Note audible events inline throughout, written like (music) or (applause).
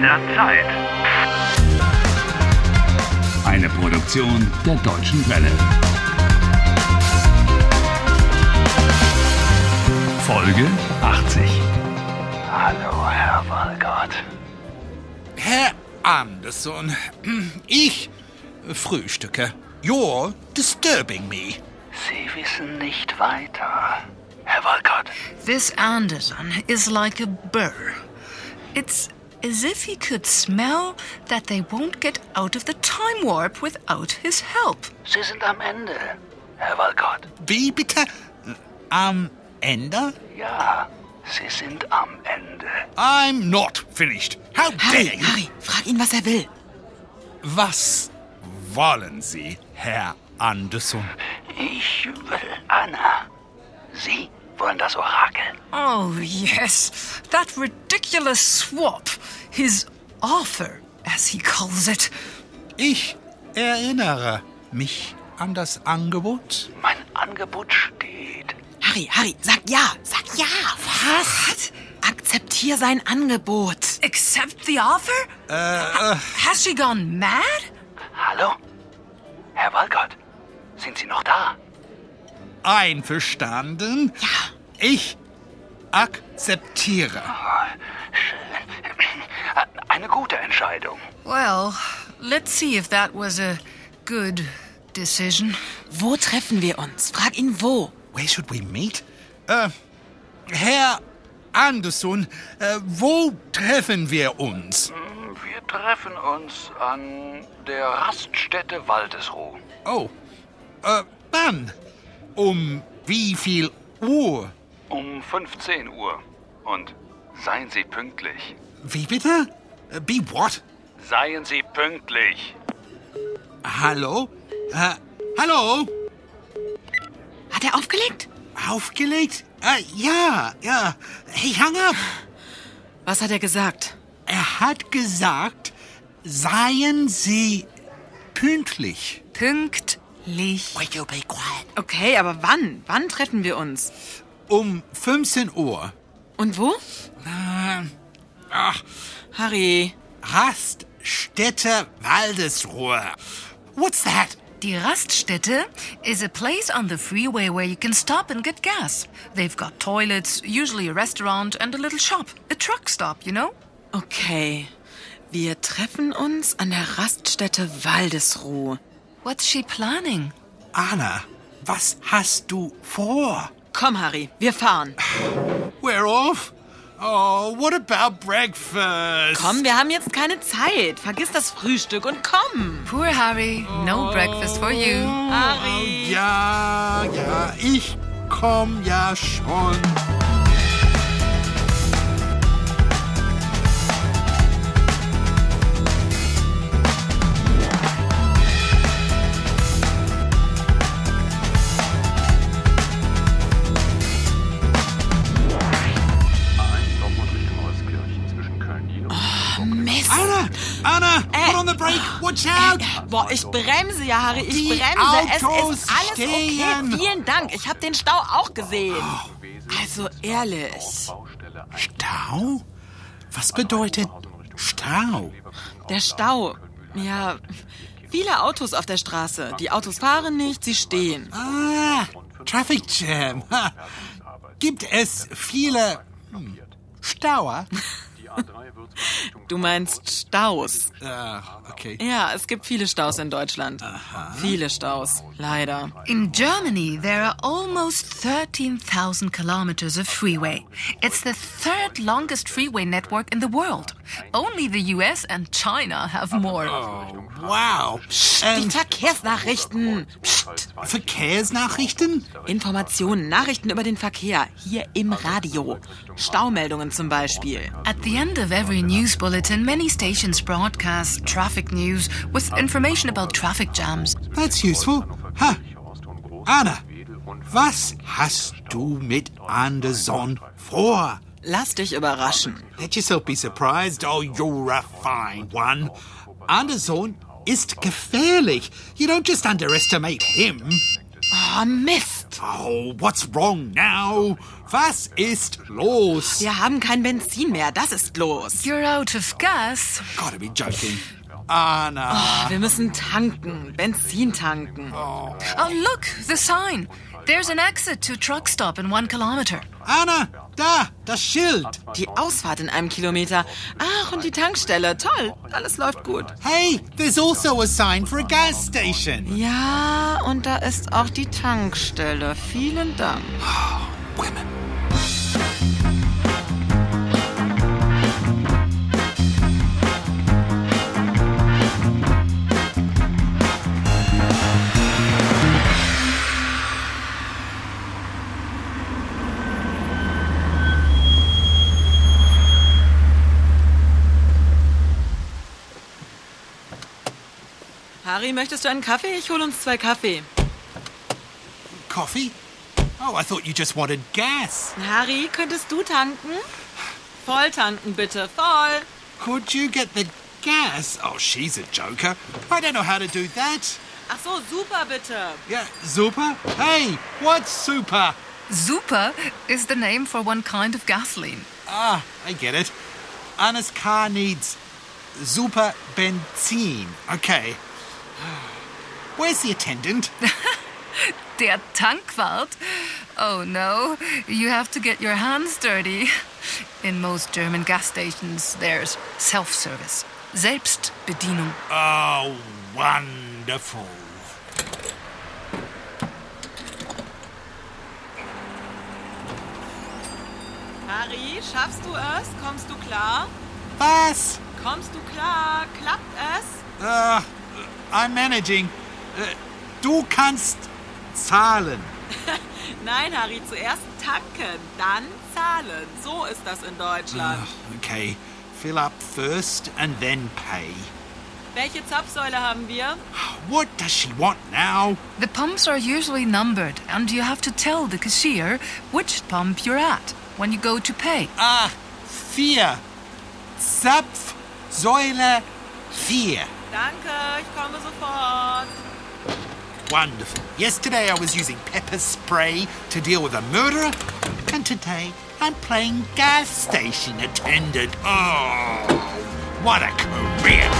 der Zeit. Eine Produktion der Deutschen Welle. Folge 80. Hallo, Herr Walgott. Herr Anderson, ich frühstücke. You're disturbing me. Sie wissen nicht weiter. Herr Walcott, This Anderson is like a burr. It's as if he could smell that they won't get out of the time warp without his help. Sie sind am Ende. Herr Walcott, Wie bitte? äh, Am Ende? ja, Sie sind am Ende. I'm not finished. How dare Harry, you? Harry, frag ihn, was er will. Was wollen Sie, Herr Anderson? Ich will Anna. Sie wollen das Orakel. Oh, yes, that ridiculous swap. His offer, as he calls it. Ich erinnere mich an das Angebot. Mein Angebot steht. Harry, Harry, sag ja, sag ja. Was? Akzeptier sein Angebot. Accept the offer? Has she gone mad? Hallo? Herr Walcott, sind Sie noch da? Einverstanden? Ja. Ich akzeptiere. Eine gute Entscheidung. Well, let's see if that was a good decision. Wo treffen wir uns? Frag ihn wo. Where should we meet? Äh, Herr Anderson, äh, wo treffen wir uns? Wir treffen uns an der Raststätte Waldesruh. Oh, äh, wann? Um wie viel Uhr? Um 15 Uhr. Und seien Sie pünktlich. Wie bitte? Äh, Be what? Seien Sie pünktlich. Hallo? Äh, hallo? Hat er aufgelegt? Aufgelegt? Äh, ja, ja. Hey, hang up. Was hat er gesagt? Er hat gesagt, seien Sie pünktlich. Pünktlich. Will you be quiet? Okay, aber wann? Wann treffen wir uns? Um 15 Uhr. Und wo? Ähm, ach, Harry. Raststätte Waldesruhe. What's that? Die Raststätte is a place on the freeway where you can stop and get gas. They've got toilets, usually a restaurant, and a little shop. A truck stop, you know? Okay. Wir treffen uns an der Raststätte Waldesruh. What's she planning? Anna, was hast du vor? Komm, Harry, wir fahren. We're off? Oh, what about breakfast? Komm, wir haben jetzt keine Zeit. Vergiss das Frühstück und komm. Poor Harry, no breakfast for Oh, you. Harry. Oh, Ja, ja, ich komm ja schon. A1 Dortmund Richtung Holzkirchen zwischen Köln-Nilo und Hamburg. Mist. Anna, Anna, Äh. put on the brake. Watch out. Boah, ich bremse ja, Harry. Ich Die bremse. Autos es ist alles stehen. okay. Vielen Dank. Ich habe den Stau auch gesehen. Also ehrlich, Baustelle 1 Stau? Was bedeutet Stau? der Stau. Ja, viele Autos auf der Straße. Die Autos fahren nicht, sie stehen. Ah, Traffic Jam. Ha. Gibt es viele hm, Stauer? Die A3 Würzburg Richtung Du meinst Staus. Ach, Uh, okay. Ja, es gibt viele Staus in Deutschland. Viele Staus, leider. In Germany, there are almost 13,000 kilometers of freeway. It's the third longest freeway network in the world. Only the US and China have more. Wow. Die And Verkehrsnachrichten. Psst. Verkehrsnachrichten? Informationen, Nachrichten über den Verkehr. Hier im Radio. Staumeldungen zum Beispiel. At the end of every news bulletin, many stations broadcast traffic news with information about traffic jams. That's useful. Ha. Anna, was hast du mit Anderson vor? Lass dich überraschen. Let yourself be surprised. Oh, you're a fine one. Anderson ist gefährlich. You don't just underestimate him. Oh, Mist. Gott. Oh, what's wrong now? Was ist los? Wir haben kein Benzin mehr, das ist los. You're out of gas. Gotta be joking. Anna. Wir müssen tanken, Benzin tanken. Oh, look, the sign. There's an exit to truck stop in one kilometer. Anna, da, das Schild. Die Ausfahrt in einem Kilometer. Ach, und die Tankstelle. Toll, alles läuft gut. Hey, there's also a sign for a gas station. Ja, und da ist auch die Tankstelle. Vielen Dank. Women. Harry, möchtest du einen Kaffee? Ich hole uns zwei Kaffee. Coffee? Oh, I thought you just wanted gas. Harry, könntest du tanken? Voll tanken, bitte. Voll. Could you get the gas? Oh, she's a joker. I don't know how to do that. Ach so, super, bitte. Yeah, super? Hey, what's super? Super is the name for one kind of gasoline. Ah, I get it. Anna's car needs super benzene. Okay. (sighs) Where's the attendant? (laughs) Der Tankwart? Oh no, you have to get your hands dirty. In most German gas stations, there's self service. Selbstbedienung. Oh, wonderful. Harry, schaffst du es? Kommst du klar? Was? Kommst du klar? Klappt es? Uh, I'm managing. Äh, Du kannst zahlen. Nein, Harry, zuerst tanken, dann zahlen. So ist das in Deutschland. Okay, fill up first and then pay. Welche Zapfsäule haben wir? What does she want now? The pumps are usually numbered, and you have to tell the cashier which pump you're at when you go to pay. Ah, vier. Zapf, Säule, vier. Danke, ich komme sofort. Wonderful. Yesterday I was using pepper spray to deal with a murderer, and today I'm playing gas station attendant. Oh, what a career!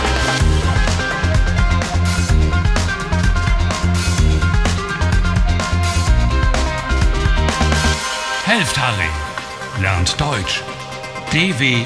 Helft Harry. Lernt Deutsch. dw.com/harry.